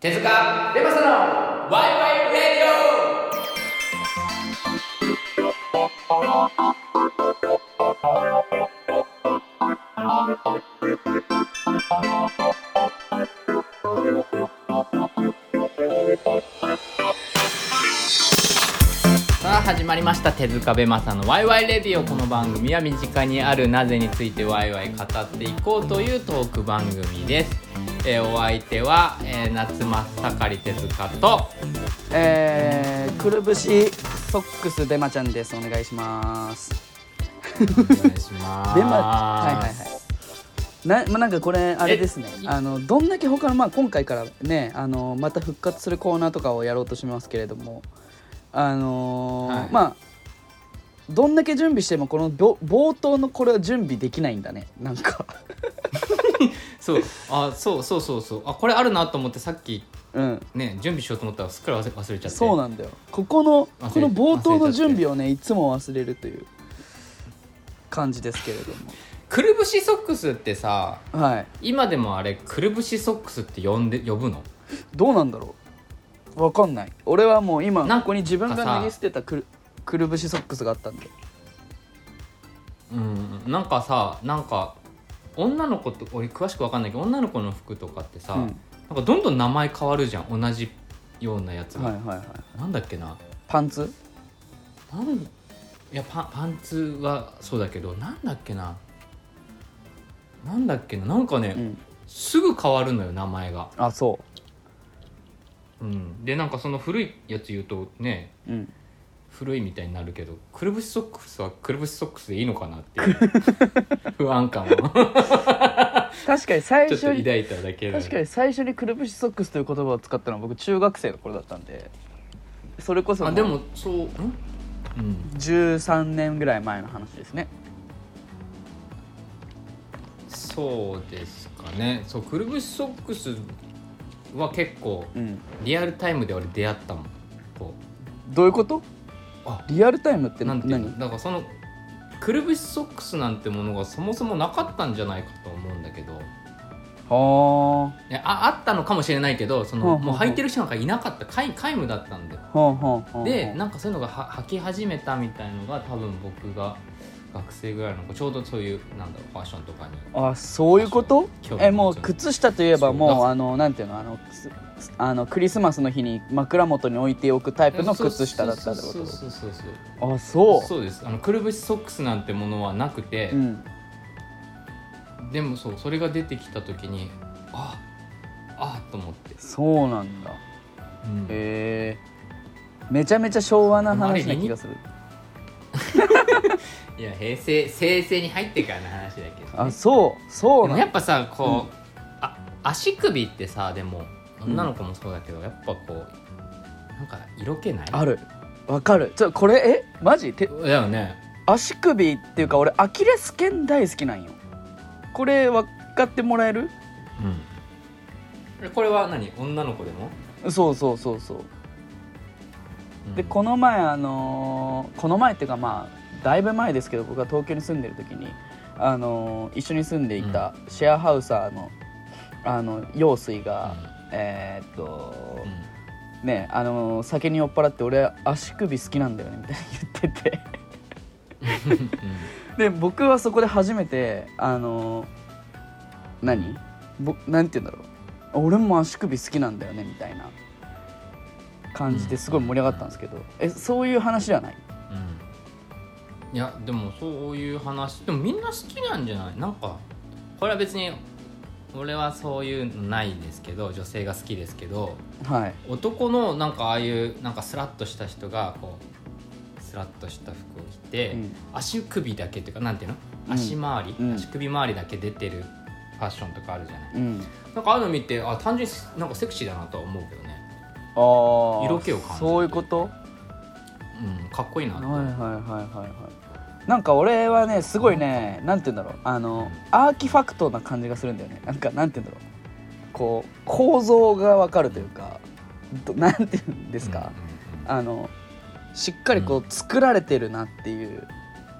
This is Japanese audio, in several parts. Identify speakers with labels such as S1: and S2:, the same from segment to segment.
S1: 手塚レマサのワイワイレディオさあ始まりました手塚ベマさんのワイワイレディオこの番組は身近にあるなぜについてワイワイ語っていこうというトーク番組です、えーお相手は、えー夏真っ盛り手塚 と
S2: えー、くるぶしソックスデマちゃんですお願いします
S1: お願いします
S2: デマはいはいはいな,、まあ、なんかこれあれですね
S1: え
S2: あのどんだけ他のまあ今回からねあのまた復活するコーナーとかをやろうとしますけれどもあのー
S1: はい
S2: まあどんだけ準備してもこのぼ冒頭のこれは準備できないんだねな んか
S1: そうあそうそうそうそうあこれあるなと思ってさっき
S2: うん
S1: ね準備しようと思ったらすっかり忘れ忘れちゃって
S2: そうなんだよここの
S1: 忘れ
S2: この冒頭
S1: 忘れちゃ
S2: の
S1: って
S2: 準備をねいつも忘れるという感じですけれど
S1: くるぶしソックスってさ
S2: もはい
S1: 今でもあれくるぶしソックスって呼んで呼ぶの
S2: どうなんだろうわかんない俺はもう今
S1: なんかさ
S2: ここに自分が投げ捨てたくるくるぶしソックスがあったんで
S1: うんなんかさなんか女の子って俺詳しく分かんないけど女の子の服とかってさ、
S2: うん
S1: なんかどんどん名前変わるじゃん同じようなやつが、
S2: はいはいはい
S1: なんだっけな
S2: パンツ
S1: なんいやパンパンツはそうだけどなんだっけななんだっけななんかね、
S2: うん
S1: すぐ変わるのよ名前が、
S2: あそ
S1: うん、でなんかその古いやつ言うとね
S2: ううん
S1: 古いみたいになるけどくるぶしソックスはくるぶしソックスでいいのかなって いう不安感を
S2: 確かに最
S1: ちょっと
S2: 初に
S1: 抱いただけで
S2: 確かに最初にくるぶしソックスという言葉を使ったのは僕中学生の頃だったんでそれこそ
S1: あでもそうん、うん、
S2: 13年ぐらい前の話ですね
S1: そうですかねそうくるぶしソックスは結構
S2: うん
S1: リアルタイムで俺出会ったもんこ
S2: どういうこと
S1: うあ
S2: リアルタイムって
S1: なんていう
S2: 何
S1: のだからそのくるぶしソックスなんてものがそもそもなかったんじゃないかと思うんだけど
S2: はあ
S1: いやああったのかもしれないけどそ
S2: ほう
S1: の
S2: ほう
S1: もう
S2: ほう
S1: 履いてる人なんかいなかった皆皆無だったんで
S2: ほうほうほう
S1: でなんかそういうのがは履き始めたみたいのが多分僕が学生ぐらいの子ちょうどそういうなんだろうファッションとかに
S2: あそういうこと
S1: 興味
S2: えもう
S1: 持つ
S2: 靴下といえば
S1: そう
S2: もう
S1: だ
S2: あのなんていうのあのすあのクリスマスの日に枕元に置いておくタイプの靴下だったってこ
S1: そうそうそうそう
S2: とあ
S1: そう
S2: そ
S1: そうですあのくるぶしソックスなんてものはなくて、
S2: ううん
S1: でもそうそれが出てきた時にああと思って、
S2: そうなんだ
S1: うん
S2: へえめちゃめちゃ昭和な話な気がする
S1: いや平成平成に入ってからの話だけど、
S2: あそうそ
S1: でも
S2: うな
S1: や
S2: ん
S1: っぱさこう、あ足首ってさでも女の子もそうだけど、やっぱこうなんか色気ない
S2: あるわかるちょこれえマジて
S1: だよね
S2: 足首っていうか俺アキレス腱大好きなんよこれ分かってもらえる
S1: うんえこれは何女の子でも、
S2: そうそうそうそう
S1: うん
S2: でこの前あのーこの前っていうかまあだいぶ前ですけど僕が東京に住んでる時にあのー一緒に住んでいたシェアハウサーのあの陽水が、えーっと
S1: うん、
S2: ねあのー酒に酔っ払って俺足首好きなんだよねみたいに言って てで僕はそこで初めてあのー何ぼなんて言うんだろう俺も足首好きなんだよねみたいな感じですごい盛り上がったんですけど、えそういう話じゃない
S1: うんいやでもそういう話でもみんな好きなんじゃないなんかこれは別に俺はそういうのないですけど女性が好きですけど
S2: はい
S1: 男のなんかああいうなんかスラッとした人がこうスラッとした服を着て、
S2: うん
S1: 足首だけっていうかなんていうの
S2: うん
S1: 足回り、
S2: うん
S1: 足首周りだけ出てるファッションとかあるじゃない
S2: うん、
S1: なんかああいうの見てあ単純になんかセクシーだなとは思うけどね、
S2: あー
S1: 色気を感じる
S2: そういうこと
S1: うん、かっこいいな
S2: は
S1: っ
S2: い
S1: て、
S2: はいはいはいはいなんか俺はねすごいねなんて言うんだろうあのアーキファクトな感じがするんだよねなんかなんて言うんだろうこう構造がわかるというかどなんて言うんですか、
S1: うんうん
S2: あのしっかりこう作られてるなっていう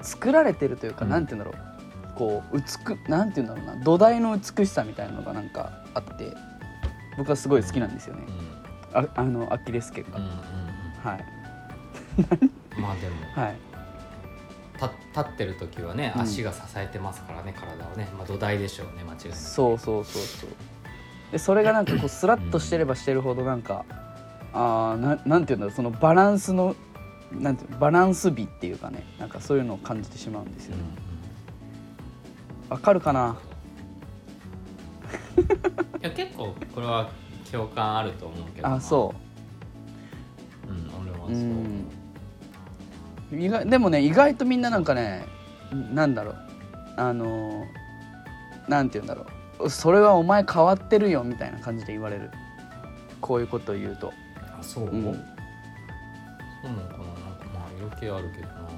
S2: 作られてるというか、
S1: うん
S2: なんて言うんだろうこう美なんて言うんだろうな土台の美しさみたいなのがなんかあって僕はすごい好きなんですよね
S1: うんうん
S2: ああのアキレス腱が、
S1: うん
S2: はい
S1: うんまあでも
S2: はい
S1: た立ってる時はね
S2: うん
S1: 足が支えてますからね、体をね、まあ、土台でしょうね間違いなく
S2: そうそうそうそうでそれがなんかこうスラッとしてればしてるほどなんかあーななんていうんだろうそのバランスのなんていうのバランス美っていうかねなんかそういうのを感じてしまうんですよねわかるかな
S1: うんいや結構これは共感あると思うけど、
S2: あそう
S1: うん、俺もそう
S2: う
S1: 思う、
S2: ん意外でもね意外とみんななんかねなんだろうあのなんて言うんだろうそれはお前変わってるよみたいな感じで言われるこういうことを言うと、
S1: あそう、
S2: うん
S1: そうなのかななんかまあ色気あるけどな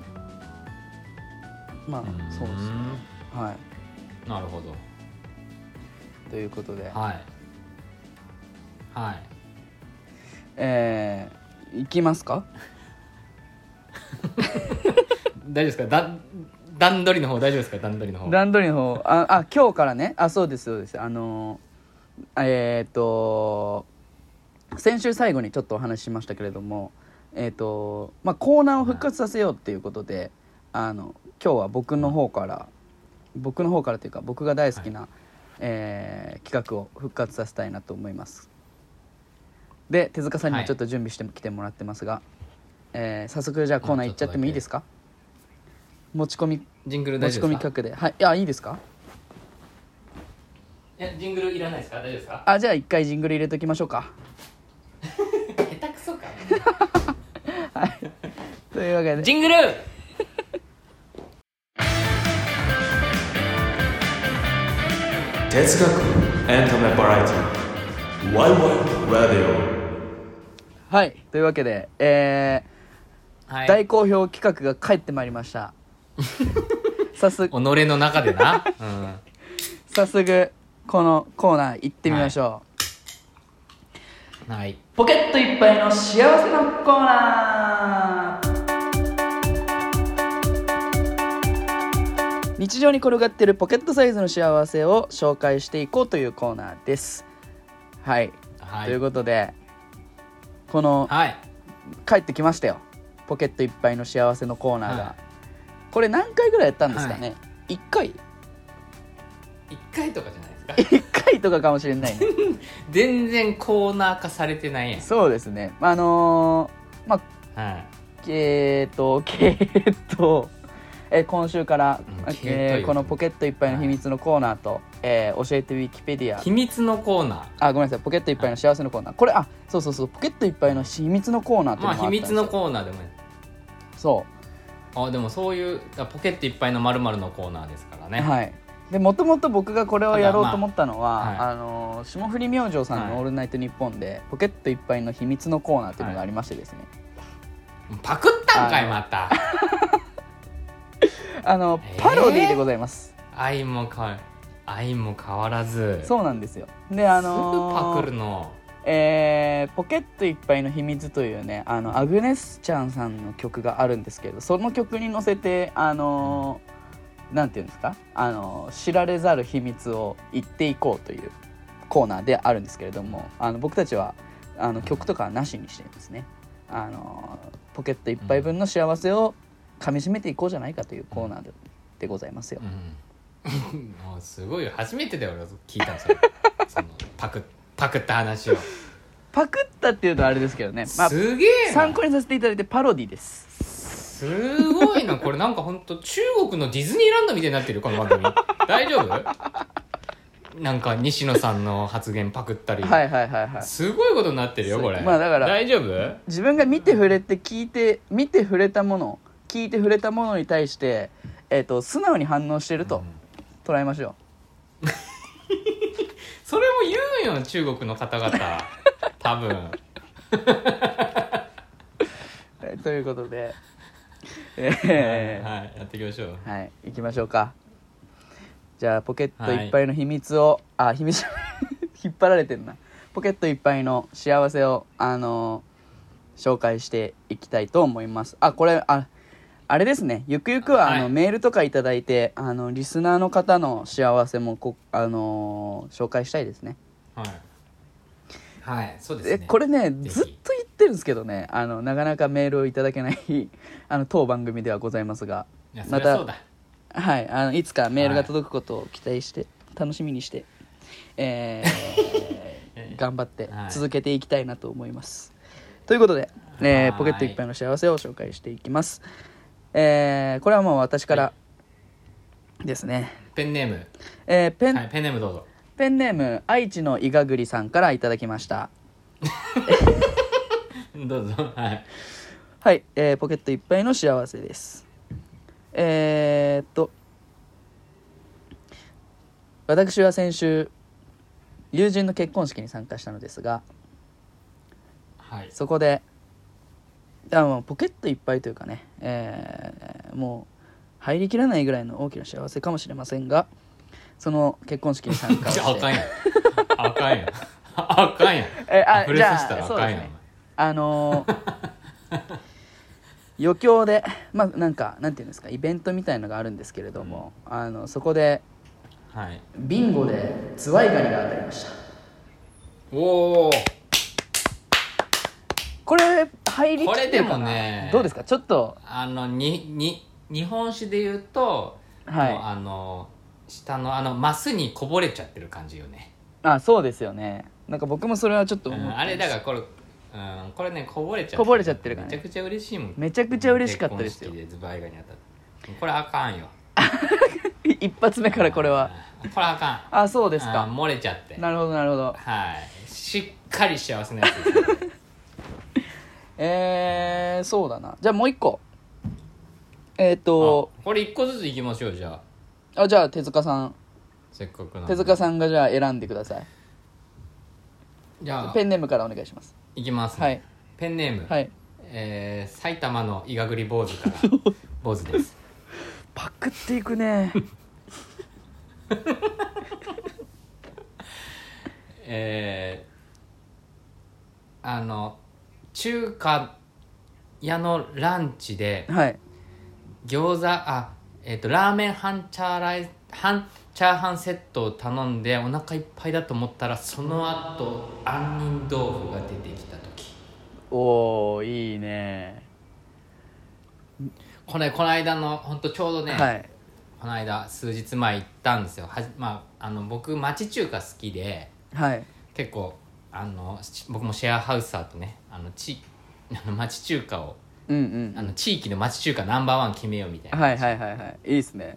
S2: まあ
S1: ん
S2: そうですねは
S1: なるほど
S2: いということで、
S1: はいはい
S2: えー、いきますか
S1: 大丈夫ですかだ段取りの方大丈夫ですか段取りの方
S2: 段取りの方ああ今日からねあそうですそうですあのえっ、と先週最後にちょっとお話ししましたけれどもえっ、と、まあ、コーナーを復活させようっていうことであの今日は僕の方から僕の方からというか僕が大好きな、えー企画を復活させたいなと思いますで手塚さんにもちょっと準備してきてもらってますが、えー早速じゃあコーナー行っちゃってもいいですか持ち込み
S1: ジングル
S2: 持
S1: 大
S2: ち
S1: 丈
S2: 込
S1: 夫
S2: み
S1: ですか
S2: 企画ではいいやいいですか
S1: いやジングルいらないですか大丈夫ですか
S2: あじゃあ一回ジングル入れときましょうか
S1: 下手く そか
S2: というわけで
S1: ジングル
S3: 哲学エンタメバラエティ YY ラディ
S2: はいというわけで、え
S1: は
S2: ー
S1: い
S2: 大好評企画が帰ってまいりました 早速
S1: 己の中で な、うん、
S2: 早速このコーナー行ってみましょう、
S1: はい。
S2: ポケットいっぱいの幸せのコーナー日常に転がってるポケットサイズの幸せを紹介していこうというコーナーですはい、
S1: はい。
S2: ということでこの
S1: はい。
S2: 帰ってきましたよポケットいっぱいの幸せのコーナーが、
S1: はい
S2: これ何回ぐらいやったんですかね、1回
S1: 一回とかじゃないですか。
S2: 1回とかかもしれ ないね
S1: 全然コーナー化されてないやん。
S2: そうですねあのーまあ
S1: はい。
S2: えーっと えーっとえー今週から
S1: うん、
S2: え
S1: 系統
S2: ーこの「ポケットいっぱいの秘密」のコーナーと「えー教えてウィキペディア
S1: 秘密のコーナー。」
S2: あごめんなさい「ポケットいっぱいの幸せのコーナー」これあそうそうそう「ポケットいっぱいの秘密のコーナー」っていう
S1: ま
S2: の
S1: あ
S2: もあ
S1: 秘
S2: ったんです
S1: 密
S2: よ
S1: のコーナーでもいい。
S2: そう
S1: あでもそういうあポケットいっぱいのまるまるのコーナーですからね。
S2: はい、でもともと僕がこれをやろうと思ったのは、
S1: ただまあ
S2: あのー霜降り明星さん
S1: は
S2: の
S1: い
S2: 「オールナイトニッポン」で、ポケットいっぱいの秘密のコーナーというのがありましてですね、
S1: パクったんか
S2: あ
S1: い
S2: の
S1: また。
S2: あの
S1: えー
S2: パロディでございます、
S1: 愛も変わ愛も変わらず。
S2: そうなんですよであの
S1: す
S2: ー
S1: ぐパクるの。
S2: えーポケットいっぱいの秘密」というねあのアグネスちゃんさんの曲があるんですけどその曲に乗せてあのーなんていうんですかあのー知られざる秘密を言っていこうというコーナーであるんですけれどもあの僕たちはあの曲とかはなしにしてですねあのーポケットいっぱい分の幸せをかみしめていこうじゃないかというコーナーででございますよ
S1: う。ん。 もうすごいよ初めてだよ俺聞いたのそれ。そのパクパクった話を。
S2: パクったっていうとあれですけどね、まあ、
S1: すげえな。
S2: 参考にさせていただいてパロディです。
S1: すごいなこれなんか本当中国のディズニーランドみたいになってるこの番 組大丈夫なんか西野さんの発言パクったり、
S2: はいはいはいはい。
S1: すごいことになってるよこれ、
S2: まあだから
S1: 大丈夫
S2: 自分が見て触れて聞いて見て触れたもの聞いて触れたものに対して、えー、と素直に反応してると捉えましょ
S1: それも言うよ中国の方々多分
S2: う、えーということで、 え
S1: はいやっていきましょう
S2: ーはい行きましょうかじゃあポケットいっぱいの秘密を、あ秘密じゃない 引っ張られてるなポケットいっぱいの幸せをあのー紹介していきたいと思いますあこれああれですねゆくゆくはあの、
S1: はい
S2: メールとかいただいてあのリスナーの方の幸せもこあのー紹介したいですね
S1: はいはいそうです
S2: え
S1: ね
S2: これね
S1: ひ
S2: ずっと言ってるんですけどねあのなかなかメールをいただけないあの当番組ではございますが
S1: いやそ
S2: ま
S1: りゃ
S2: た
S1: そうだ
S2: はいあのいつかメールが届くことを期待して、楽しみにして、え ー頑張って
S1: はい
S2: 続けていきたいなと思います。ということで、えー
S1: はい
S2: ポケットいっぱいの幸せを紹介していきます。えーこれはもう私からですね、
S1: ペンネーム
S2: えーペン
S1: はいペンネームどうぞ
S2: ペンネーム愛知のいがぐりさんからいただきました。
S1: どうぞはい
S2: はい、えーポケットいっぱいの幸せです。えー、っと、私は先週、友人の結婚式に参加したのですが、
S1: はい
S2: そこで、あもうポケットいっぱいというかね、えーもう入りきらないぐらいの大きな幸せかもしれませんが、その結婚式に参 加を
S1: じ
S2: し
S1: ゃああかん
S2: て、
S1: やんあかんやんあかんやん
S2: えあ
S1: 溢れさせたらあ
S2: じ
S1: かんや
S2: ゃあそうです
S1: ん
S2: ねあのー 余興でまあなんかなんていうんですかイベントみたいのがあるんですけれども、あのそこで
S1: お前はい
S2: ビンゴでズワイガニが当たりました
S1: おお
S2: これ入りきってるかな
S1: これでもね
S2: どうですかちょっと
S1: あのにに日本史で言うと、
S2: はい
S1: もうあの下のあのマスにこぼれちゃってる感じよね、
S2: あそうですよねなんか僕もそれはちょっと
S1: う
S2: 思って
S1: ん、
S2: ます
S1: あれだからこれ、うん、これねこぼれちゃってる
S2: こぼれちゃってるからね
S1: めちゃくちゃ嬉しいもん
S2: めちゃくちゃ嬉しかったです
S1: 結
S2: よ
S1: 婚式でズバイガニ当たったこれあかんよ
S2: い 一発目からこれは
S1: うんこれあかん
S2: あそうです
S1: うん
S2: か
S1: 漏れちゃって
S2: なるほどなるほど
S1: はいしっかり幸せなやつですね
S2: えー、そうだなじゃあもう一個えっ、と
S1: あこれ一個ずついきましょうじゃあ
S2: あじゃあ手塚さん
S1: せっかくなんで
S2: 手塚さんがじゃあ選んでください
S1: じゃあ
S2: ペンネームからお願いします。
S1: いきます、ね
S2: はい。
S1: ペンネーム、
S2: はい。
S1: えー埼玉のいがぐり坊主 から坊主です
S2: パクっていくね。
S1: えーあの中華屋のランチで
S2: はい。
S1: 餃子あえっ、とラーメン半チャーライ半チャーハンセットを頼んでお腹いっぱいだと思ったらその後杏仁豆腐が出てきた時
S2: おお、いいね。
S1: これこの間のほんとちょうどね、
S2: はい。
S1: この間数日前行ったんですよはじ、まあ、あの僕町中華好きで
S2: はい。
S1: 結構あのし僕もシェアハウサーとねあの地あの町中華を
S2: うんう
S1: あ
S2: ん。
S1: の地域の町中華ナンバーワン決めようみたいな、
S2: はいはいはいはい。いいですね。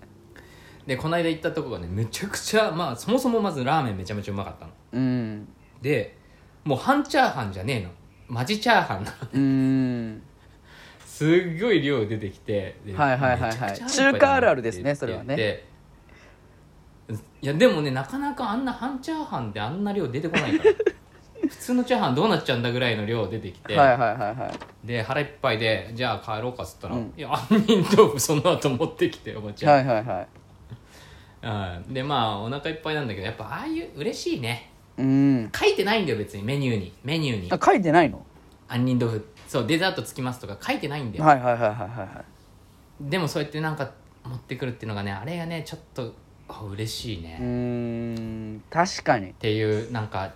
S1: でこの間行ったとこがねめちゃくちゃまあそもそもまずラーメンめちゃめちゃうまかったの
S2: うん。
S1: でもう半チャーハンじゃねえのマジチャーハンな
S2: うーん。
S1: すっごい量出てきてで
S2: はいはいはいはい
S1: めちゃくちゃ腹いっぱいだな
S2: 中華あるあるですね
S1: って
S2: それはね
S1: 言っていやでもねなかなかあんな半チャーハンであんな量出てこないから 普通のチャーハンどうなっちゃうんだぐらいの量出てき
S2: は
S1: て、
S2: いはいはいはい。
S1: で腹いっぱいでじゃあ帰ろうかっつったら「
S2: うん
S1: いや杏仁豆腐その後持ってきておばちゃん」
S2: はいはいはい。
S1: うん、でまあお腹いっぱいなんだけどやっぱああいう嬉しいね
S2: うん。
S1: 書いてないんだよ別にメニューにメニューに
S2: あ、書いてないの。
S1: 杏仁豆腐そうデザートつきますとか書いてないんだよ、
S2: はいはいはいはいは
S1: でもそうやってなんか持ってくるっていうのがねあれがねちょっとあ嬉しいね、
S2: い。うー
S1: っ
S2: ん。確かに。
S1: ていうなんか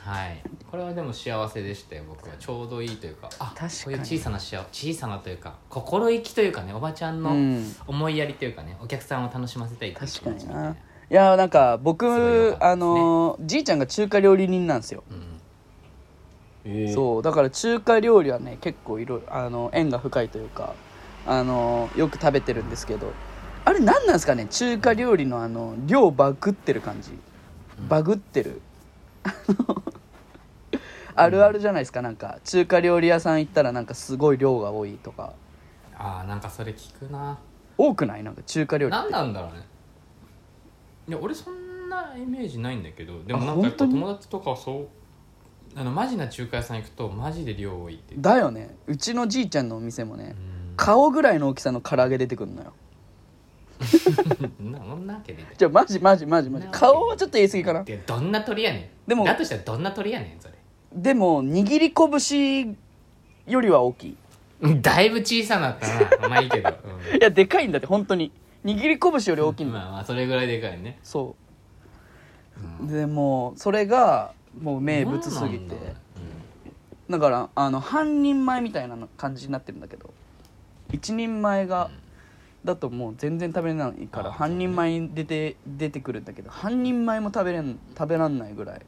S1: はいこれはでも幸せでしたよ僕はちょうどいいというかあ
S2: 確かに
S1: こういう小さな幸せ小さなというか心意気というかねおばちゃん
S2: う
S1: の、
S2: ん。
S1: 思いやりというかねお客さんを楽しませたいという
S2: 確
S1: 気
S2: か
S1: 持ち
S2: に
S1: みたいな
S2: な。いやーなんか僕
S1: すごい良かったですね
S2: あのーじいちゃんが中華料理人なんですよ、
S1: うん
S2: そうだから中華料理はね結構いろいろあの縁が深いというかあのよく食べてるんですけどあれ何なんですかね中華料理のあの量バグってる感じバグってる、あのあるあるじゃないですかなんか中華料理屋さん行ったらなんかすごい量が多いとか
S1: ああなんかそれ聞くな
S2: 多くないなんか中華料理
S1: 何なんだろうねいや俺そんなイメージないんだけどでも
S2: あ
S1: なんかやっぱ
S2: 本当に
S1: 友達とかはそうあのマジな中華屋さん行くとマジで量多いって
S2: だよねうちのじいちゃんのお店もね
S1: うん
S2: 顔ぐらいの大きさの唐揚げ出てくるのよ
S1: そんなそんなわけで
S2: じゃあマジマジマジマジ顔はちょっと言い過ぎかな
S1: でどんな鳥やねん
S2: でも
S1: だとしたらどんな鳥やねんそれ
S2: でも握り拳よりは大きい
S1: うんだいぶ小さなったなまあいいけど、
S2: いやでかいんだって本当に握り拳より大き
S1: う
S2: い
S1: ん
S2: んだ、
S1: まあまあそれぐらいでかいね
S2: そうでもうそれがもう名物すぎて
S1: そうなんだ
S2: だからあの半人前みたいな感じになってるんだけど一人前が、だともう全然食べれないか
S1: あ
S2: ら半人前に出て出てくるんだけど半人前も食べれん食べらんないぐらい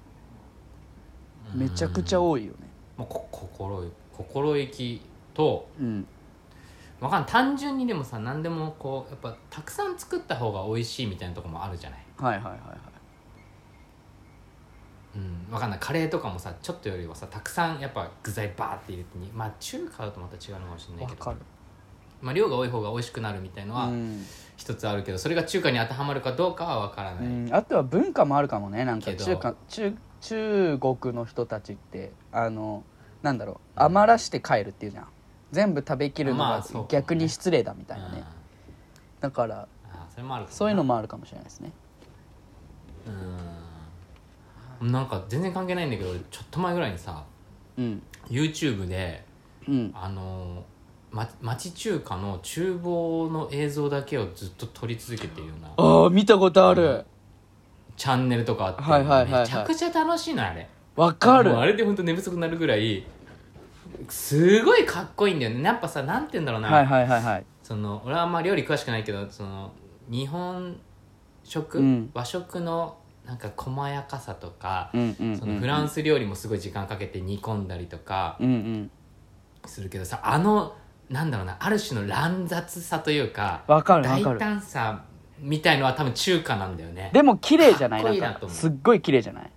S2: めちゃくちゃ多いよね
S1: もうこ心心意気と
S2: うん
S1: わかんない単純にでもさ何でもこうやっぱたくさん作った方が美味しいみたいなとこもあるじゃない、
S2: はいはいはいはい
S1: うん、わかんないカレーとかもさちょっとよりはさたくさんやっぱ具材バーって入れてにまあ中華だとまた違うのかもしれな
S2: わ
S1: いけ
S2: か
S1: ど
S2: る、
S1: まあ、量が多い方が美味しくなるみたいの
S2: う
S1: は
S2: ん
S1: 一つあるけど、それが中華に当てはまるかどうかはわからない、
S2: うん、あとは文化もあるかもねなんか
S1: けど
S2: 中華中中国の人たちってあのなんだろう余らして帰るっていうじゃん全部食べきるの
S1: まあ
S2: が
S1: そうかもね
S2: 逆に失礼だみたいなね、
S1: うん
S2: だから
S1: あーそれもあるかもな
S2: そういうのもあるかもしれないですね
S1: うんなんか全然関係ないんだけど俺ちょっと前ぐらいにさ
S2: うん、
S1: YouTube で
S2: うん、
S1: あのーま、町中華の厨房の映像だけをずっと撮り続けてるような
S2: ああ見たことある
S1: チャンネルとかあって、
S2: はいはいはいはい
S1: めちゃくちゃ楽しいのあれ
S2: わか
S1: もうあ
S2: る
S1: れで本当寝不足になるぐらいすごいかっこいいんだよねやっぱさなんて言うんだろうな、
S2: はいはいはいはい
S1: その俺はあんま料理詳しくないけどその日本食、
S2: うん
S1: 和食のなんか細やかさとか、
S2: うんうん
S1: そ
S2: うん
S1: のフランス料理もすごい時間かけて煮込んだりとか
S2: うんうん
S1: するけどさあのなんだろうなある種の乱雑さというか
S2: わかるわ
S1: 大
S2: かる
S1: 胆さみたいのは多分中華なんだよね。
S2: でも綺麗じゃない
S1: かっこいい
S2: なん
S1: なと
S2: か
S1: 思う
S2: すっごい綺麗じゃない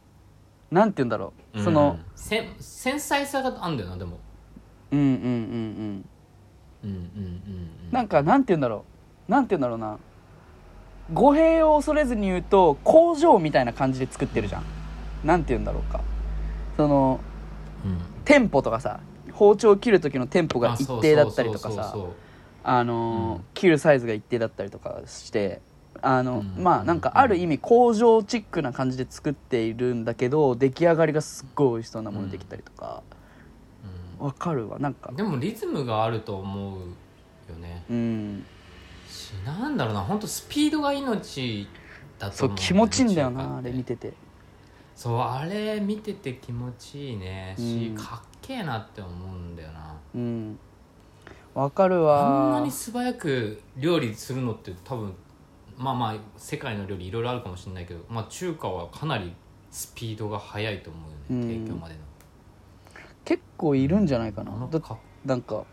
S2: なんて言うんだろう、
S1: うん
S2: その
S1: せん繊細さがあんだよなでも。
S2: うんうんうんうん
S1: うんうんうんうん
S2: なんかなんて言うんだろうなんて言うんだろうな語弊を恐れずに言うと工場みたいな感じで作ってるじゃんなんて言うんだろうかその
S1: うん
S2: 店舗とかさ包丁を切る時のテンポが
S1: あそ
S2: 一
S1: う
S2: 定だったりと
S1: そ
S2: か
S1: うそう
S2: さ
S1: そう
S2: あのー
S1: うん
S2: 切るサイズが一定だったりとかしてあの、
S1: うん
S2: まあなんかある意味工場チックな感じで作っているんだけど出来上がりがすっごい美味しそうなものできたりとか
S1: そう
S2: わ、かるわなんか
S1: うんでもリズムがあると思うよね。
S2: うん
S1: しなんだろうな本当スピードが命だと
S2: そう
S1: 思う
S2: 気持ちいいんだよ
S1: 中華
S2: な
S1: っ
S2: あ
S1: て
S2: れ見てて
S1: そうあれ見てて気持ちいいねし、
S2: うん
S1: かっけえなって思うんだよな
S2: うんわかる
S1: あん
S2: わ
S1: なに素早く料理するのって多分まあまあ世界の料理いろいろあるかもしれないけど、まあ、中華はかなりスピードが速いと思うよね、
S2: うん
S1: 提供までの
S2: 結構いるんじゃないかな
S1: あの
S2: だ
S1: か
S2: なんか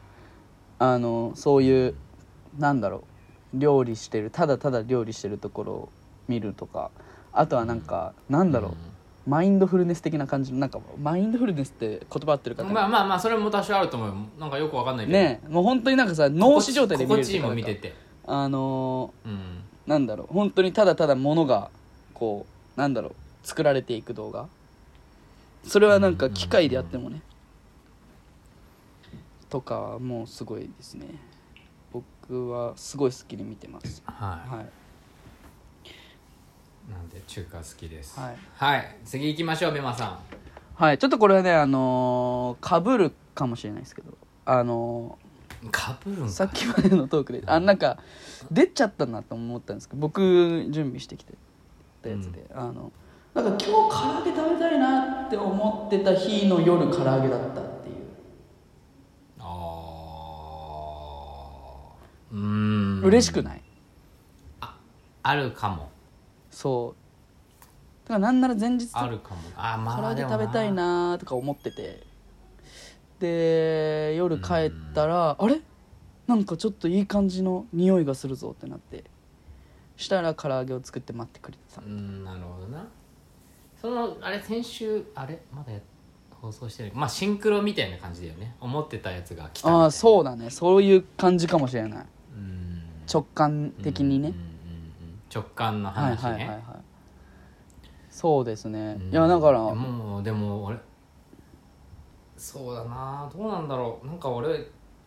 S2: あのそういうなんだろう料理してるただただ料理してるところを見るとかあとはなんか、なんだろう、マインドフルネス的な感じのなんかマインドフルネスって言葉合ってるか
S1: うん
S2: な、
S1: まあまあまあそれも多少あると思うよなんかよくわかんないけど
S2: ねえもう本当になんかさ脳死状態で見れ
S1: 心
S2: る
S1: 地いいもん見
S2: とい
S1: て
S2: うか
S1: て
S2: あの
S1: うん
S2: ーなんだろう本当にただただものがこうなんだろう作られていく動画それはなんか機械でやってもね、とかはもうすごいですね僕はすごい好きで見てます
S1: はい
S2: はい
S1: なんで中華好きです
S2: はい、
S1: 次行きましょうベマさん
S2: はい、ちょっとこれはねあのかぶるかもしれないですけどあのー
S1: かぶるんかい
S2: さっきまでのトークであなんか出ちゃったなと思ったんですけど僕準備してきてたやつで、あのなんか今日唐揚げ食べたいなって思ってた日の夜唐揚げだったっていう
S1: あーうーん
S2: 嬉しくない
S1: あるかも
S2: そうだからなんなら前日と
S1: あるかもあーま
S2: 唐
S1: あ
S2: 揚げ
S1: でもな
S2: 食べたいなとか思っててで夜帰ったら、あれなんかちょっといい感じの匂いがするぞってなってしたら唐揚げを作って待ってくれてた
S1: うんなるほどなそのあれ先週あれまだや放送してないまあシンクロみたいな感じだよね思ってたやつが来たみたいな
S2: ああそうだねそういう感じかもしれない
S1: うん
S2: 直感的にね
S1: うんうんうん直感の
S2: はい
S1: 話ね、
S2: はいはいはいそうですね
S1: うん
S2: いやだからうん
S1: もうでも俺そうだなどうなんだろうなんか俺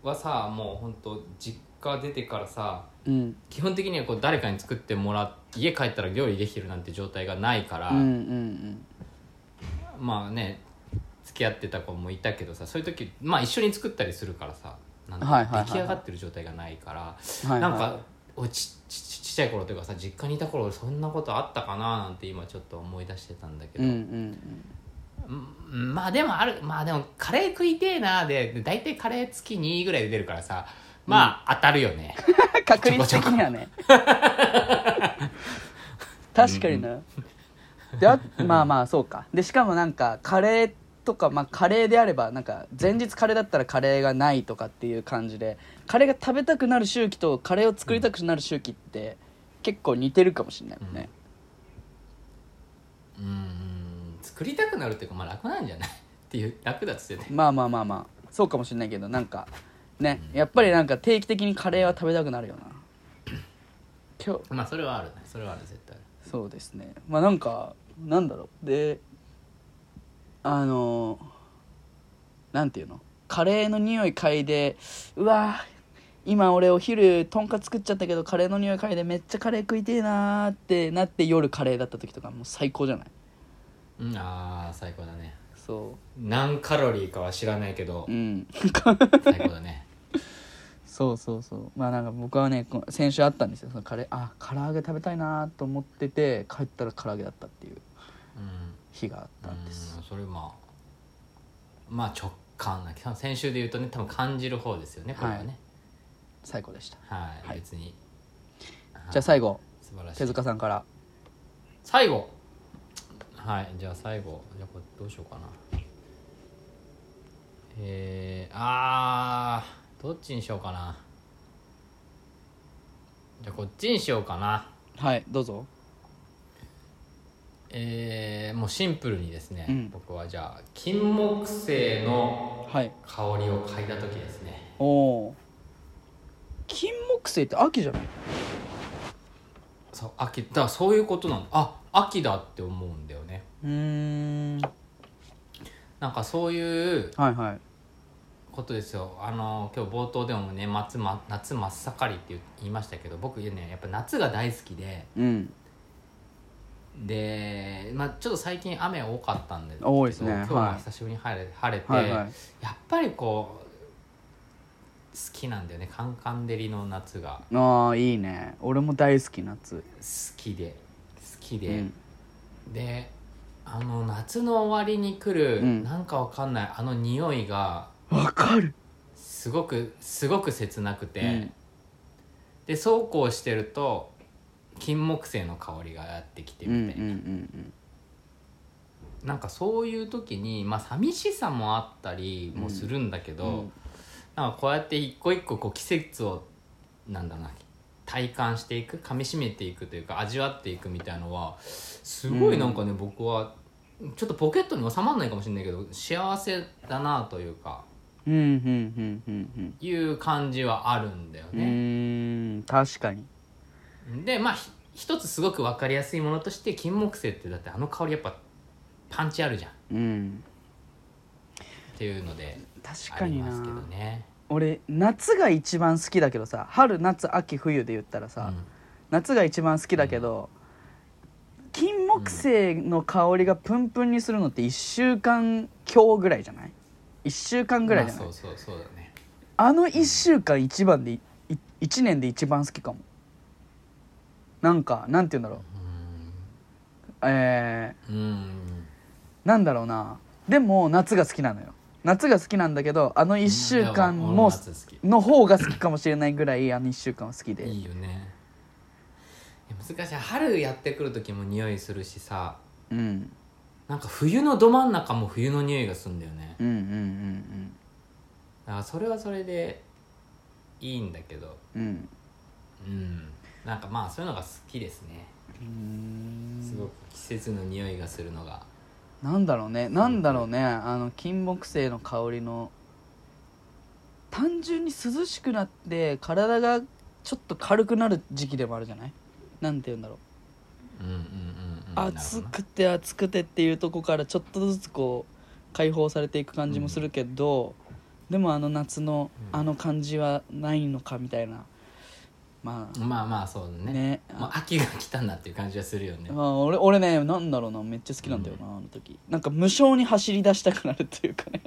S1: はさもうほんと実家出てからさ
S2: うん
S1: 基本的にはこう誰かに作ってもらって家帰ったら料理できてるなんて状態がないから、
S2: うんうん
S1: まあね付き合ってた子もいたけどさそういう時まあ一緒に作ったりするからさなんだろう
S2: はいはいはいはい
S1: 出来上がってる状態がないから、
S2: はい
S1: なん
S2: は
S1: かおちちちちっちゃい頃というかさ実家にいた頃そんなことあったかななんて今ちょっと思い出してたんだけ
S2: いうん
S1: ど、
S2: うん
S1: うんまあでもあるまあでもカレー食いてえなで大体カレー月2位ぐらいで出るからさまあ当たるよね、
S2: 確率的にはね確かにな、であまあまあそうかでしかもなんかカレーとか、まあ、カレーであればなんか前日カレーだったらカレーがないとかっていう感じでカレーが食べたくなる周期とカレーを作りたくなる周期って結構似てるかもしれないもんね、
S1: うん、作りたくなるっていうかまあ楽なんじゃない っていう楽だっつってね
S2: まあまあまあまあそうかもしれないけどなんかねやっぱりなんか定期的にカレーは食べたくなるよな今日
S1: まあそれはあるねそれはある絶対ある
S2: そうですねまあなんかなんだろうであのなんていうのカレーの匂い嗅いでうわー今俺お昼とんかつ作っちゃったけどカレーの匂い嗅いでめっちゃカレー食いてえなーってなって夜カレーだった時とかもう最高じゃない
S1: うん、あー最高だね
S2: そ
S1: 何カロリーかは知らないけど
S2: ううん
S1: 最高だね
S2: そうそうそうまあなんか僕はねこう先週あったんですよそのカレーあ唐揚げ食べたいなーと思ってて帰ったら唐揚げだったっていう
S1: うん
S2: 日があったんです
S1: うんそれまあまあ直感な先週で言うとね多分感じる方ですよねこれはね
S2: 最高でした
S1: はい、
S2: はい
S1: 別に
S2: じゃあ最後
S1: 素晴らし
S2: 手
S1: い
S2: 塚さんから
S1: 最後はいじゃあ最後じゃあこれどうしようかなえー、あーどっちにしようかなじゃあこっちにしようかな
S2: はいどうぞ
S1: えーもうシンプルにですね、
S2: うん
S1: 僕はじゃあ金木犀の
S2: はい
S1: 香りを嗅いだ時ですね
S2: おお金木犀って秋じゃない
S1: そう秋だからそういうことなんだあ秋だって思うんだよね
S2: うーん
S1: なんかそういう
S2: はいはい
S1: ことですよあの今日冒頭でもね夏,、ま、夏真っ盛りって言う言いましたけど僕ねやっぱ夏が大好きで
S2: うん
S1: で、まあ、ちょっと最近雨多かったんですけど
S2: 多いですね
S1: 今日
S2: は
S1: はい久しぶりに晴れ晴れて、
S2: はいはい
S1: やっぱりこう好きなんだよねカンカン照りの夏が
S2: ああいいね俺も大好き夏
S1: 好きで好きで、
S2: うん
S1: であの夏の終わりに来る、
S2: うん
S1: なんかわかんないあの匂いが
S2: わかる
S1: すごくすごく切なくて、
S2: うん
S1: でそうこうしてると金木犀の香りがやってきて
S2: うんうん
S1: みたいな、
S2: うん
S1: なんかそういう時にまあ寂しさもあったりもするんだけど、
S2: うん
S1: なんかこうやって一個一個こう季節をなんだろうな体感していく噛みしめていくというか味わっていくみたいのはすごいなんかね、僕はちょっとポケットに収まらないかもしれないけど幸せだなというか
S2: うんうんうんうん
S1: いう感じはあるんだよ
S2: うんう
S1: ね。
S2: ーん確かに
S1: でまあひ一つすごく分かりやすいものとして金木犀ってだってあの香りやっぱパンチあるじゃんっ
S2: うん
S1: ていうので
S2: 確
S1: あ
S2: か
S1: り
S2: に
S1: ま
S2: な
S1: すけどね。
S2: 俺夏が一番好きだけどさ春夏秋冬で言ったらさ、
S1: うん
S2: 夏が一番好きだけど、金木犀の香りがプンプンにするのって1週間強ぐらいじゃない1週間ぐらいじゃない、
S1: まあそうそうそうだね。
S2: あ、の1週間一番でい1年で一番好きかもなんかなんて言うんだろうえ
S1: う
S2: ー、
S1: んうん
S2: なんだろうなでも夏が好きなのよ夏が好きなんだけどあの1週間
S1: いや俺
S2: も
S1: 夏好き
S2: の方が好きかもしれないぐらいあの1週間は好きで
S1: いいよねいや難しい春やってくる時も匂いするしさ
S2: うん
S1: なんか冬のど真ん中も冬の匂いがするんだよね
S2: うんうんうん
S1: だからそれはそれでいいんだけど
S2: うんうん
S1: うんなんかまあそういうのが好きですねすごく季節の匂いがするのが
S2: なんだろうねなんだろうねあの金木犀の香りの単純に涼しくなって体がちょっと軽くなる時期でもあるじゃないなんて言うんだろう
S1: うんうんうんうん
S2: 暑くて暑くてっていうとこからちょっとずつこう解放されていく感じもするけど、でもあの夏の
S1: うん
S2: あの感じはないのかみたいなま
S1: なるほどまあまあそうだ
S2: あ
S1: ね
S2: ね
S1: もう秋が来たなっていう感じはするよね
S2: まあ、俺俺ねなんだろうなめっちゃ好きなんだよな、あの時なんか無性に走り出したくなるっていうかね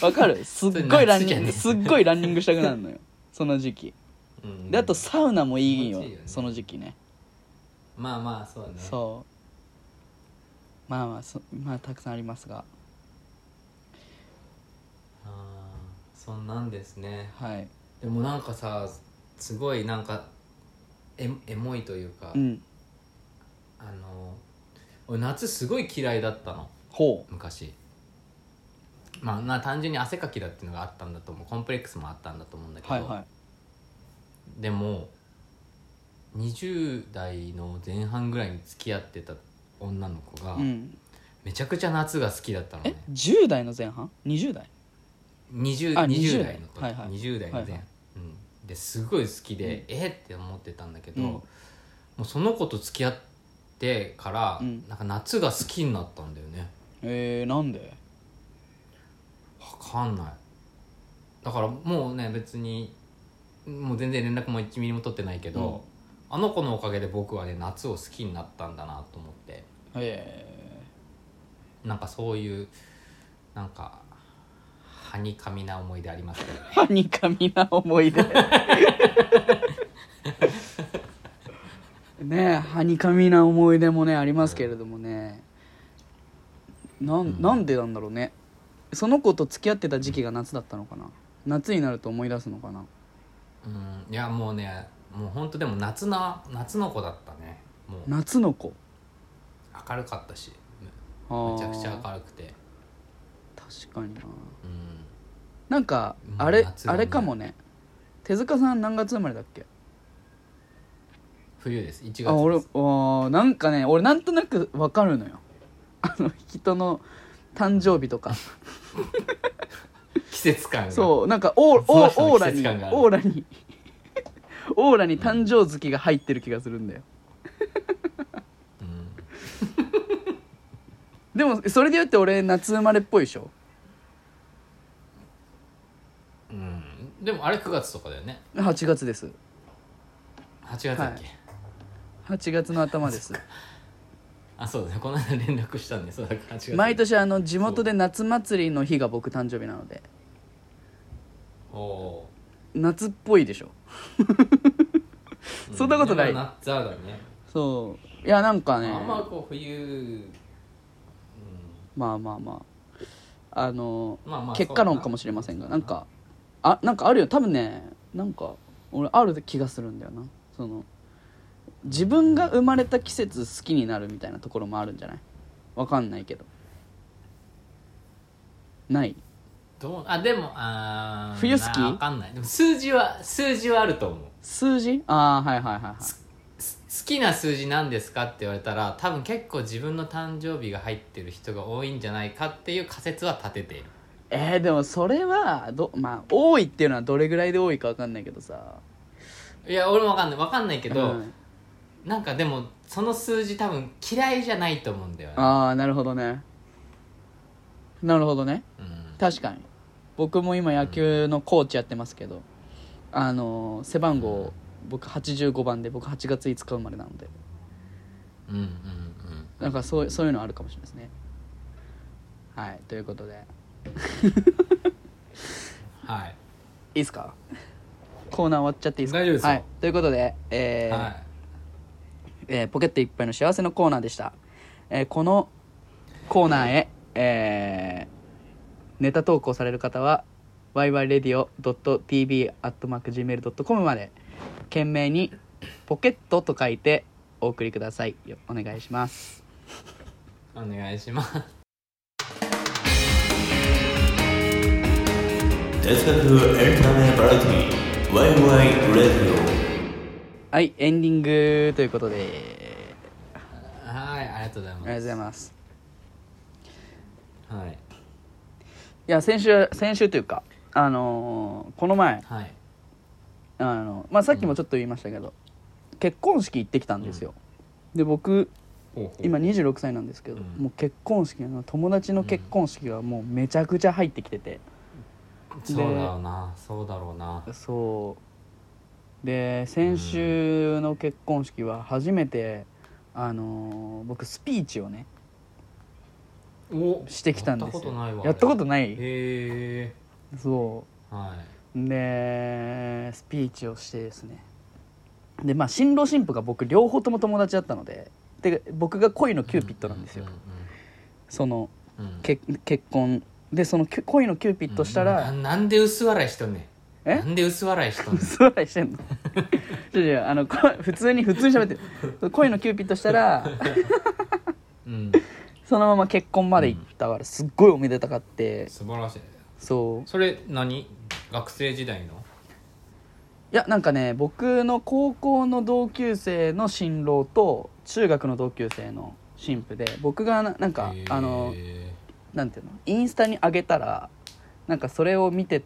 S2: わかるすっごいランニング、
S1: そ
S2: すっごいランニングしたくなるのよその時期
S1: うん
S2: であとサウナもいいよ
S1: 気持ちいいよね
S2: その時期ね
S1: まあまあそうだね
S2: そまあまあそまあたくさんありますが
S1: あーそんなんですね
S2: はい
S1: でもなんかさすごいなんかエエモいというか、
S2: うん
S1: あの俺夏すごい嫌いだったの
S2: ほ
S1: 昔まあな単純に汗かきだっていうのがあったんだと思うコンプレックスもあったんだと思うんだけ
S2: う
S1: ど、
S2: はいはい
S1: でも20代の前半ぐらいに付き合ってた女の子が、
S2: うん
S1: めちゃくちゃ夏が好きだったの
S2: え
S1: ね
S2: 10代の前半20代
S1: 20,
S2: あ
S1: 20
S2: 20
S1: 代の時、
S2: はいはい
S1: 20代の前、
S2: はいはい
S1: うん、ですごい好きで、えっって思ってたんだけど、もうその子と付き合ってから、
S2: うん
S1: なんか夏が好きになったんだよね
S2: えー、なんで
S1: わかんないだからもうね別にもう全然連絡も1ミリも取ってないけど、あの子のおかげで僕はね夏を好きになったんだなと思って
S2: え
S1: なんかそういうなんかはにかみな思い出ありますけどね
S2: ー、はにかみな思 い出ねえはにかみな思い出もねありますけれどもねなん,、
S1: うん
S2: なんでなんだろうねその子と付き合ってた時期が夏だったのかな夏になると思い出すのかな
S1: うんいやもうねもう本当でも夏な夏の子だったねもう
S2: 夏の子
S1: 明るかったしめめ
S2: ああ
S1: ちゃくちゃ明るくて
S2: 確かにな
S1: うん
S2: なんか
S1: うん
S2: あれ、
S1: 夏だ
S2: あ
S1: ね
S2: れかもね手塚さん何月生まれだっけ
S1: 冬です1月です
S2: あ俺あなんかね俺なんとなくわかるのよ あの人の誕生日とか
S1: 季節感が
S2: そうなんかオー
S1: そ
S2: オ
S1: の
S2: ー
S1: 人の
S2: オーラ
S1: 季節
S2: に
S1: 感がある
S2: オーラに オーラに誕生月が入ってる気がするんだよ
S1: う、ん、
S2: でもそれで言って俺夏生まれっぽいでしょ
S1: うん、でもあれ9月とかだよね
S2: 8月です
S1: 8月だっけ、
S2: はい8月の頭です
S1: あそうだねこの間連絡したんでそうだから8月
S2: 毎年あの地元で夏祭りの日が僕誕生日なので
S1: おお
S2: 夏っぽいでしょ
S1: ー、
S2: そんなことない
S1: でも夏だね
S2: そういやなんかね
S1: あんまこう冬、
S2: まあまあまああの、
S1: まあまあ
S2: 結果論かもしれませんがなんかあなんかあるよ多分ねなんか俺ある気がするんだよなその自分が生まれた季節好きになるみたいなところもあるんじゃないわかんないけどない
S1: どうあでもあー
S2: 冬好き
S1: なわかんないでも数字は数字はあると思う
S2: 数字ああはいはいはいはい
S1: す好きな数字なんですかって言われたら多分結構自分の誕生日が入ってる人が多いんじゃないかっていう仮説は立てている
S2: えー、でもそれはどまあ多いっていうのはどれぐらいで多いかわかんないけどさ
S1: いや俺もわかんないわかんないけど、
S2: うん
S1: なんかでもその数字多分嫌いじゃないと思うんだよね、
S2: ああなるほどねなるほどね
S1: うん、
S2: 確かに僕も今野球のコーチやってますけどあのー背番号僕85番で僕8月5日生まれなので
S1: うんうん
S2: なんかそうそういうのあるかもしれないですねはいということで
S1: うんはい
S2: いいですかコーナー終わっちゃっていいですか
S1: 大丈夫ですよ
S2: はい、ということで、えー
S1: はい
S2: えーポケットいっぱいの幸せのコーナーでした、えーこのコーナーへ、えーネタ投稿される方は yyradio.tv.gmail.com まで懸命に「ポケット」と書いてお送りくださいよお願いします
S1: お願いします
S3: Listen to Entertainment Variety YY Radio.
S2: はいエンディングということで
S1: はいありがとうござい
S2: あ
S1: ます
S2: りがとうございます
S1: はい
S2: いや先週先週というかあのーこの前
S1: はい
S2: あの、まあ、さっきもちょっと言いましたけど、結婚式行ってきたんですよ、で僕
S1: ほうほう
S2: 今26歳なんですけど、
S1: うん
S2: もう結婚式の友達の結婚式がもうめちゃくちゃ入ってきてて、
S1: そうだろうなそうだろうな
S2: そうで先週の結婚式は初めて、あのー僕スピーチをね
S1: お
S2: してきたんですよ
S1: やったことないわ
S2: やったこと
S1: ない
S2: ない、
S1: へえ
S2: そ
S1: は
S2: うでスピーチをしてですねでまあ新郎新婦が僕両方とも友達だったのでで僕が恋の
S1: い
S2: キューピッドなんですよ、
S1: うう
S2: その
S1: うん
S2: け結婚でそのきゅ恋のキューピッドしたら、
S1: ななんで薄笑いしとんねん
S2: え
S1: なんで薄笑いしとんねん
S2: 嘘笑いしてんの違う違うあのこ普通に普通に喋ってる恋のキューピッドしたら
S1: うん、
S2: そのまま結婚まで行ったからすっごいおめでたかって
S1: 素晴らしい
S2: そう
S1: それ何学生時代の
S2: いやなんかね僕の高校の同級生の新郎と中学の同級生の新婦で僕がななんか
S1: へー
S2: あのなんていうのインスタに上げたらなんかそれを見て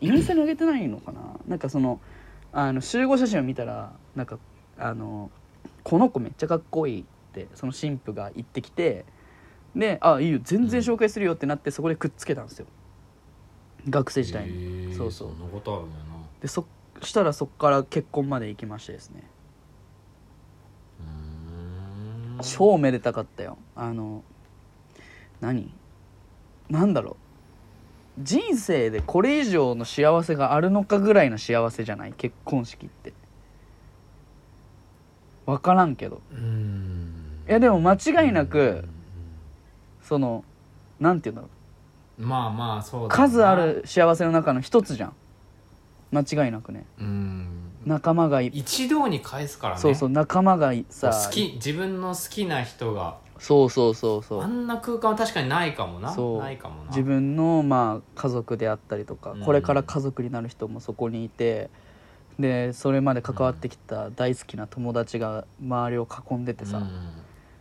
S2: インスタに上げてないのかななんかそのあの集合写真を見たらなんかあの「この子めっちゃかっこいい」ってその新婦が言ってきてで「あいいよ全然紹介するよ」ってなってそこでくっつけたんですよ学生時代
S1: へ
S2: に
S1: ー
S2: そうそうん
S1: なことあるんだよな
S2: でそしたらそっから結婚まで行きましてですね
S1: うーん
S2: 超めでたかったよあの何なんだろう人生でこれ以上の幸せがあるのかぐらいの幸せじゃない結婚式って分からんけど
S1: うーん
S2: いやでも間違いなくそのなんて言うんだろ
S1: まあまあそうだ
S2: う
S1: な
S2: 数ある幸せの中の一つじゃん間違いなくね
S1: うん
S2: 仲間がい
S1: 一堂に返すからね
S2: そうそう仲間がいさ
S1: 好き自分の好きな人が
S2: そうそうそうそう
S1: あんな空間は確かにないかもな
S2: そう
S1: ないかもな
S2: 自分のまあ家族であったりとか、
S1: うん
S2: これから家族になる人もそこにいてでそれまで関わってきた大好きな友達が周りを囲んでてさ、
S1: うん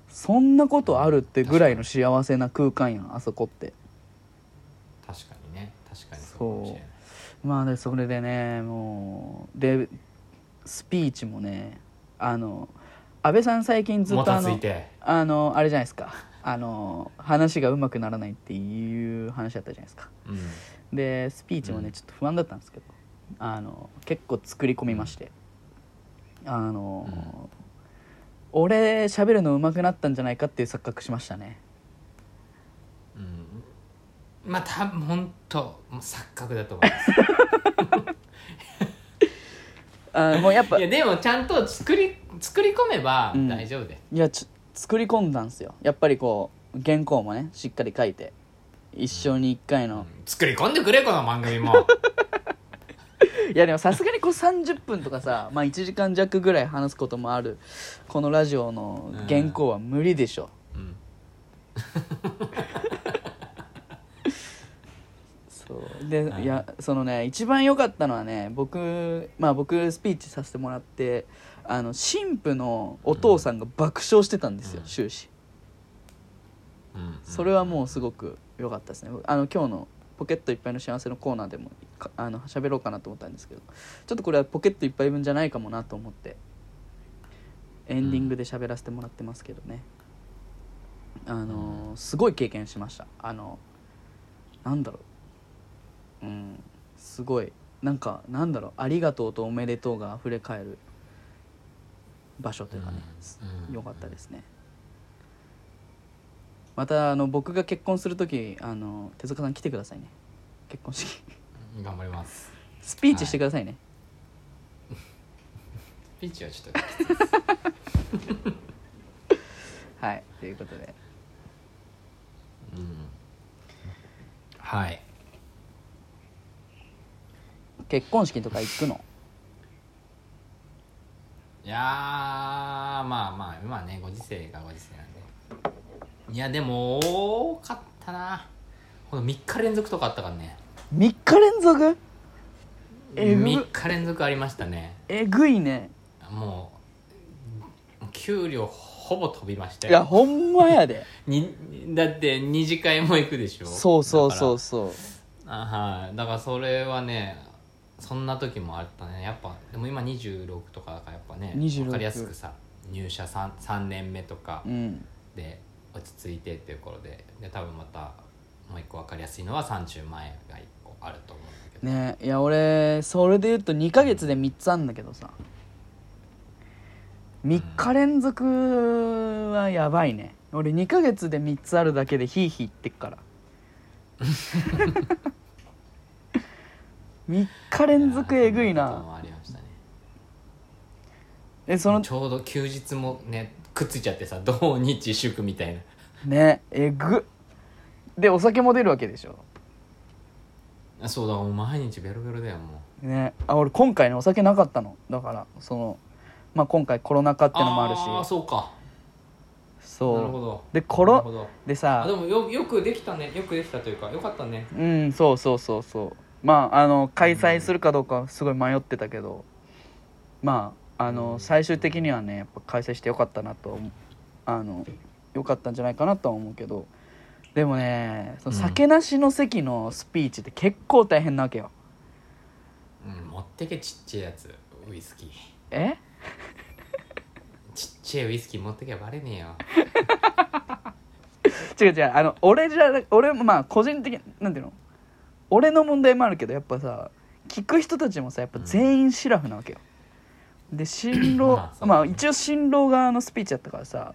S2: そんなことあるってぐらいの幸せな空間やんあそこって
S1: 確かにね確かにそうかもしれない
S2: まあでそれでねもうでスピーチもねあの安倍さん最近ずっ
S1: も
S2: とあ
S1: たつい
S2: の
S1: て
S2: あのあれじゃないですかあの話がうまくならないっていう話だったじゃないですか
S1: うん
S2: でスピーチもね、
S1: うん
S2: ちょっと不安だったんですけどあの結構作り込みまして、あの、俺喋るの上手くなったんじゃないかっていう錯覚しましたね
S1: うんまあ多分本当もう錯覚だと思います
S2: あ もうやっぱ
S1: い
S2: い
S1: やで
S2: や
S1: もちゃんと作り作り込めば
S2: うん
S1: 大丈夫で、
S2: ちょ作り込んだんですよやっぱりこう原稿もねしっかり書いて一生に一回の、
S1: 作り込んでくれこの番組も
S2: いやでもさすがにこう30分とかさ、まあ、1時間弱ぐらい話すこともあるこのラジオの原稿は無理でしょ、
S1: うん
S2: そうで、
S1: はい
S2: い、やそのね一番良かったのはね僕まあ僕スピーチさせてもらってあの新婦のお父さんが爆笑してたんですよ、
S1: うん
S2: 終始
S1: うん
S2: それはもうすごく良かったですねあの今日の「ポケットいっぱいの幸せ」のコーナーでもかあの喋ろうかなと思ったんですけどちょっとこれはポケットいっぱい分じゃないかもなと思ってエンディングで喋らせてもらってますけどね、あのすごい経験しましたあのなんだろううんすごいなんかなんだろうありがとうとおめでとうがあふれ返る場所というかね、
S1: うん
S2: よかったですねまたあの僕が結婚する時あの手塚さん来てくださいね結婚式
S1: 頑張ります
S2: スピーチしてくださいね、
S1: ピッチはちょっと
S2: はいということで
S1: うんはい
S2: 結婚式とか行くの
S1: いやーまあまあ今ねご時世がご時世なんでいやでも多かったなこの3日連続とかあったからね
S2: 3日連続えぐ
S1: 3日連続ありましたね
S2: えぐいね
S1: もう給料ほぼ飛びました
S2: いや
S1: よ
S2: ほんまやで
S1: にだって二次会も行くでしょ
S2: そうそう
S1: だ
S2: そう
S1: か
S2: そう
S1: らあはいだからそれはねそんな時もあったねやっぱでも今26とかだからやっぱね
S2: 26
S1: 分かりやすくさ入社 3, 三年目とか
S2: うん
S1: で落ち着いてっていう頃でで多分またもう一個分かりやすいのは30万円が一個あると思うんだけど、
S2: ねいや俺それで言うと2ヶ月で3つあんだけどさ3日連続はやばいね俺2ヶ月で3つあるだけでヒーヒー言ってっから 3日連続えぐい
S1: やーそんこと
S2: な
S1: もありましたね
S2: えその
S1: ちょうど休日もねくっついちゃってさ土日祝みたいな
S2: ねえぐっでお酒も出るわけでしょ
S1: あそうだもう毎日ベロベロだよもう
S2: ねあ俺今回ねお酒なかったのだからそのまあ今回コロナ禍ってのもあるし
S1: あーそうか
S2: そう
S1: なるほど
S2: でコ
S1: なるほ
S2: ロ
S1: ど
S2: で
S1: あ
S2: さ
S1: でもよよくできたねよくできたというかよかったね
S2: うんそうそうそうそうまああの開催するかどうかはすごい迷ってたけど、まああの最終的にはねやっぱ開催してよかったなと思うあのよかったんじゃないかなとは思うけどでもねその
S1: うん
S2: 酒なしの席のスピーチって結構大変なわけよ、
S1: うん持ってけちっちゃいやつウイスキー
S2: え
S1: ちっちゃいウイスキー持ってけばバレねえよ
S2: 違う違うあの俺じゃな俺もまあ個人的になんていうの俺の問題もあるけどやっぱさ聞く人たちもさやっぱ全員シラフなわけよ、で新郎
S1: まあそうだね
S2: まあ一応新郎側のスピーチやったからさ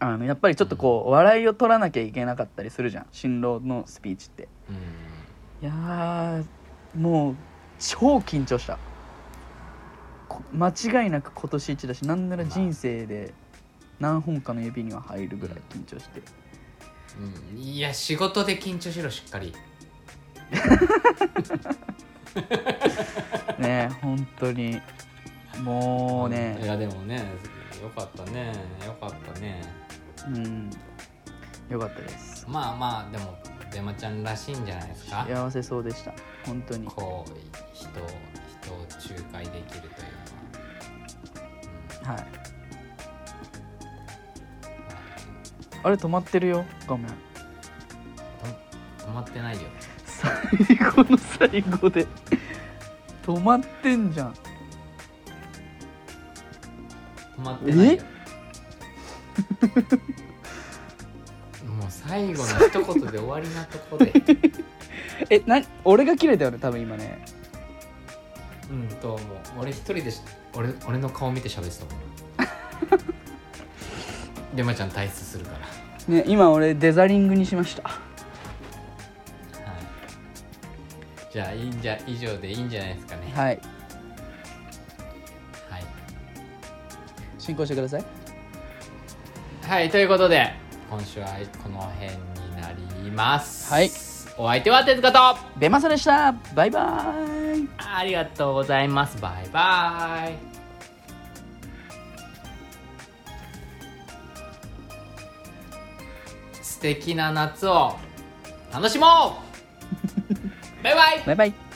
S2: あのやっぱりちょっとこう、笑いを取らなきゃいけなかったりするじゃん新郎のスピーチって
S1: うん
S2: いやーもう超緊張したこ間違いなく今年一だしなんなら人生で何本かの指には入るぐらい緊張して
S1: うんいや仕事で緊張しろしっかり
S2: ね本当にもう
S1: い
S2: ね
S1: やでもねよかったねよかったね
S2: うんよかったです
S1: まあまあでもデマちゃんらしいんじゃないですか
S2: 幸せそうでした本当に
S1: こう人人を仲介できるという
S2: はい
S1: か、
S2: あれ止まってるよ画面
S1: うん、止まってないよ
S2: 最後の最後で止まってんじゃん
S1: 止まってないよ
S2: え
S1: もう最後の一言で終わりなとこで
S2: えな俺が切れたよね多分今ね
S1: うんと思う俺一人でし俺俺の顔見て喋ってたもん デマちゃん退出するから
S2: ね今俺デザリングにしました
S1: はい。じゃあいいんじゃ以上でいいんじゃないですかね。
S2: はい
S1: はい。
S2: 進行してください
S1: はいということで今週はこの辺になります。
S2: はい。
S1: お相手は手塚と
S2: ベマサでしたバイバーイ
S1: ありがとうございます。バイバイ。素敵な夏を楽しもうバイバイ
S2: バイバイ